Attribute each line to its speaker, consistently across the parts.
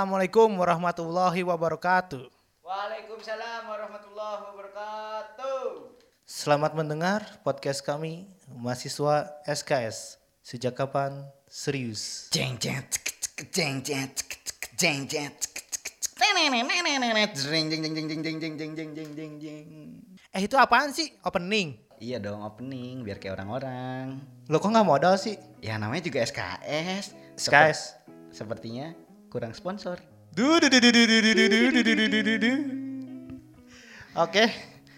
Speaker 1: Assalamualaikum warahmatullahi wabarakatuh.
Speaker 2: Waalaikumsalam warahmatullahi wabarakatuh.
Speaker 1: Selamat mendengar podcast kami mahasiswa SKS. Sejak kapan serius?
Speaker 2: Jeng jeng cek, cek, jeng jeng cek, cek, jeng jeng cek, cek, cek, nenenenenenet, jeng jeng jeng jeng jeng jeng jeng jeng jeng jeng jeng jeng.
Speaker 1: Eh itu apaan sih opening?
Speaker 2: Iya dong opening biar kayak orang-orang.
Speaker 1: Lo kok nggak modal sih?
Speaker 2: Ya namanya juga SKS. Seper-
Speaker 1: SKS.
Speaker 2: Sepertinya kurang sponsor.
Speaker 1: Du, du, du, du, du, du, du, du, du, du, du, du, du, du, du. Oke,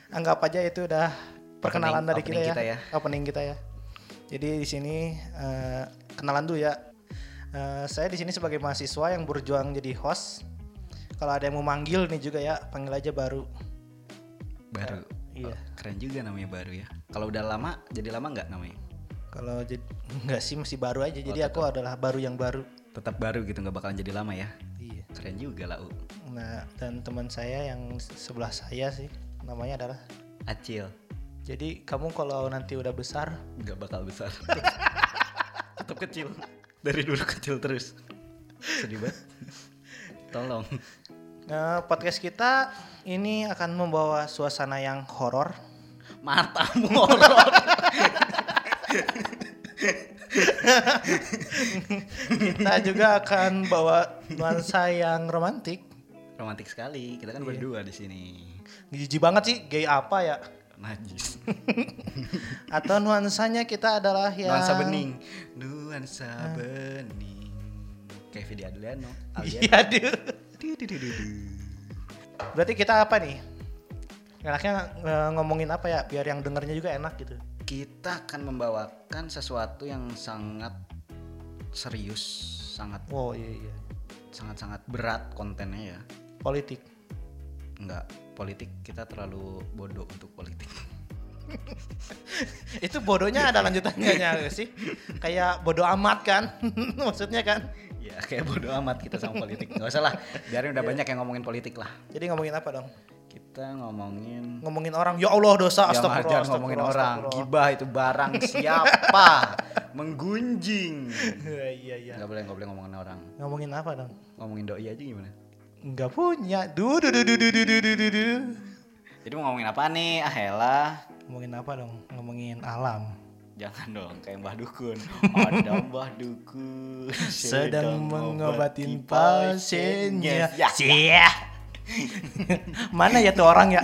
Speaker 1: anggap aja itu udah perkenalan
Speaker 2: Opening-
Speaker 1: dari
Speaker 2: opening
Speaker 1: kita,
Speaker 2: kita
Speaker 1: ya. Opening kita ya. Jadi di sini eh, kenalan dulu ya. Eh, saya di sini sebagai mahasiswa yang berjuang jadi host. Kalau ada yang mau manggil nih juga ya, panggil aja baru.
Speaker 2: Baru.
Speaker 1: Iya.
Speaker 2: Oh, keren juga namanya baru ya. Kalau udah lama jadi lama nggak namanya?
Speaker 1: Kalau jadi nggak sih masih baru aja. Jadi aku adalah baru yang baru.
Speaker 2: Tetap baru gitu nggak bakalan jadi lama ya.
Speaker 1: Iya.
Speaker 2: Keren juga lah U.
Speaker 1: Nah dan teman saya yang sebelah saya sih namanya adalah.
Speaker 2: Acil
Speaker 1: Jadi kamu kalau nanti udah besar
Speaker 2: nggak bakal besar. Tetap kecil. Dari dulu kecil terus. Sedih banget. Tolong.
Speaker 1: Nah, podcast kita ini akan membawa suasana yang horor.
Speaker 2: Matamu horor.
Speaker 1: Kita juga akan bawa nuansa yang romantik.
Speaker 2: Romantis sekali. Kita kan berdua di sini.
Speaker 1: Jijik banget sih, gay apa ya?
Speaker 2: Najis.
Speaker 1: Atau nuansanya kita adalah yang
Speaker 2: Nuansa bening. Nuansa bening. Kayak video Adriano. Aldiano.
Speaker 1: Iya, dude.
Speaker 2: Dududududu.
Speaker 1: Berarti kita apa nih? Enaknya eh, ngomongin apa ya biar yang dengernya juga enak gitu.
Speaker 2: Kita akan membawakan sesuatu yang sangat serius, sangat
Speaker 1: Wow, iya iya.
Speaker 2: sangat sangat berat kontennya ya.
Speaker 1: Politik.
Speaker 2: Enggak, politik kita terlalu bodoh untuk politik.
Speaker 1: Itu bodohnya ada lanjutannya nggak sih? Kayak bodoh amat kan? Maksudnya kan?
Speaker 2: ya kayak bodoh amat kita sama politik. Enggak usah lah, biarin udah banyak yang ngomongin politik lah.
Speaker 1: Jadi ngomongin apa dong?
Speaker 2: Kita ngomongin
Speaker 1: Ngomongin orang. Ya Allah dosa
Speaker 2: yang
Speaker 1: astagfirullah.
Speaker 2: ajar ngomongin
Speaker 1: astagfirullah,
Speaker 2: orang,
Speaker 1: astagfirullah.
Speaker 2: gibah itu barang siapa menggunjing.
Speaker 1: Iya iya iya.
Speaker 2: Enggak boleh enggak boleh ngomongin orang.
Speaker 1: Ngomongin apa dong?
Speaker 2: Ngomongin doi aja gimana?
Speaker 1: Nggak punya. Du du du du du du du du du, du.
Speaker 2: Jadi mau ngomongin apa nih? Ah elah.
Speaker 1: Ngomongin apa dong? Ngomongin alam.
Speaker 2: Jangan dong kayak Mbah Dukun. Ada Mbah Dukun
Speaker 1: Sedang mengobatin
Speaker 2: mengobati pasiennya.
Speaker 1: pasiennya.
Speaker 2: Ya,
Speaker 1: Sia. Mana ya tuh orang ya?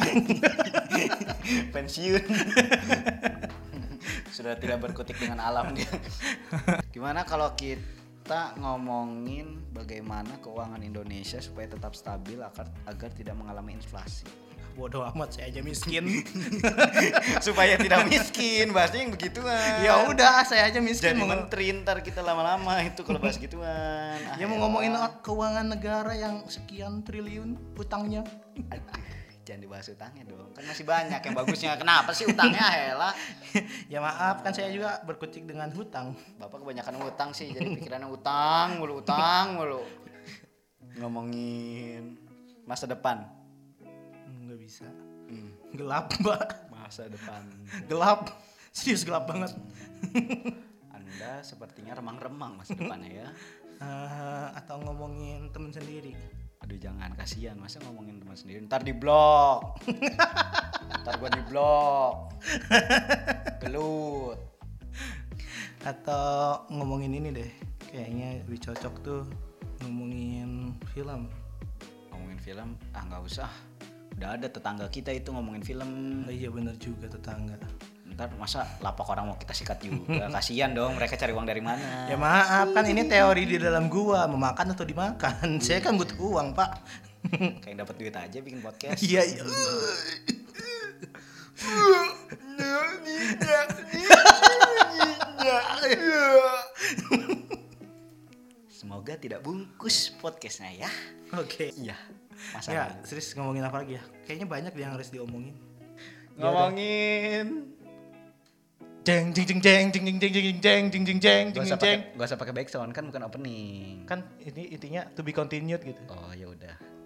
Speaker 2: pensiun sudah tidak berkutik dengan alam dia gimana kalau kita ngomongin bagaimana keuangan Indonesia supaya tetap stabil agar agar tidak mengalami inflasi
Speaker 1: Bodoh amat saya aja miskin.
Speaker 2: supaya tidak miskin bahasnya yang begituan
Speaker 1: ya udah saya aja miskin.
Speaker 2: jadi
Speaker 1: mau ngom-
Speaker 2: menteri ntar kita lama-lama itu kalau bahas gituan
Speaker 1: Ya mau ngomongin keuangan negara yang sekian triliun utangnya.
Speaker 2: Aduh, jangan dibahas utangnya dong kan masih banyak yang bagusnya kenapa sih utangnya hela
Speaker 1: ya maaf kan saya juga berkutik dengan hutang.
Speaker 2: Bapak kebanyakan utang sih, jadi pikirannya utang mulu, utang mulu. Ngomongin masa depan.
Speaker 1: Nggak bisa. Gelap, Mbak.
Speaker 2: Hmm, Masa depan.
Speaker 1: Gelap. Serius gelap banget.
Speaker 2: Anda sepertinya remang-remang masa depannya ya.
Speaker 1: Eh, atau ngomongin temen sendiri.
Speaker 2: Aduh jangan, kasihan. Masa ngomongin teman sendiri, ntar di blok. ntar gua di blok. Gelut.
Speaker 1: Atau ngomongin ini deh. Kayaknya lebih cocok tuh ngomongin film.
Speaker 2: Ngomongin film, ah nggak usah. Udah ada tetangga kita itu ngomongin film.
Speaker 1: Oh iya bener juga tetangga.
Speaker 2: Ntar masa lapak orang mau kita sikat juga. Kasihan dong, mereka cari uang dari mana.
Speaker 1: Ya maaf kan ini teori di dalam gua memakan atau dimakan. Saya kan butuh uang pak.
Speaker 2: Kayak dapat duit aja bikin podcast.
Speaker 1: Iya iya.
Speaker 2: Semoga tidak bungkus podcastnya ya.
Speaker 1: Oke. Ya
Speaker 2: Iya. Masalah.
Speaker 1: serius ngomongin apa lagi ya? Kayaknya banyak deh yang harus diomongin.
Speaker 2: Ngomongin.
Speaker 1: Jeng jeng jeng jeng jeng jeng jeng jeng jeng jeng jeng jeng
Speaker 2: Gak
Speaker 1: jeng
Speaker 2: usah
Speaker 1: jeng jeng.
Speaker 2: pakai, gak usah pakai background kan bukan opening.
Speaker 1: Kan ini intinya to be continued gitu.
Speaker 2: Oh ya udah.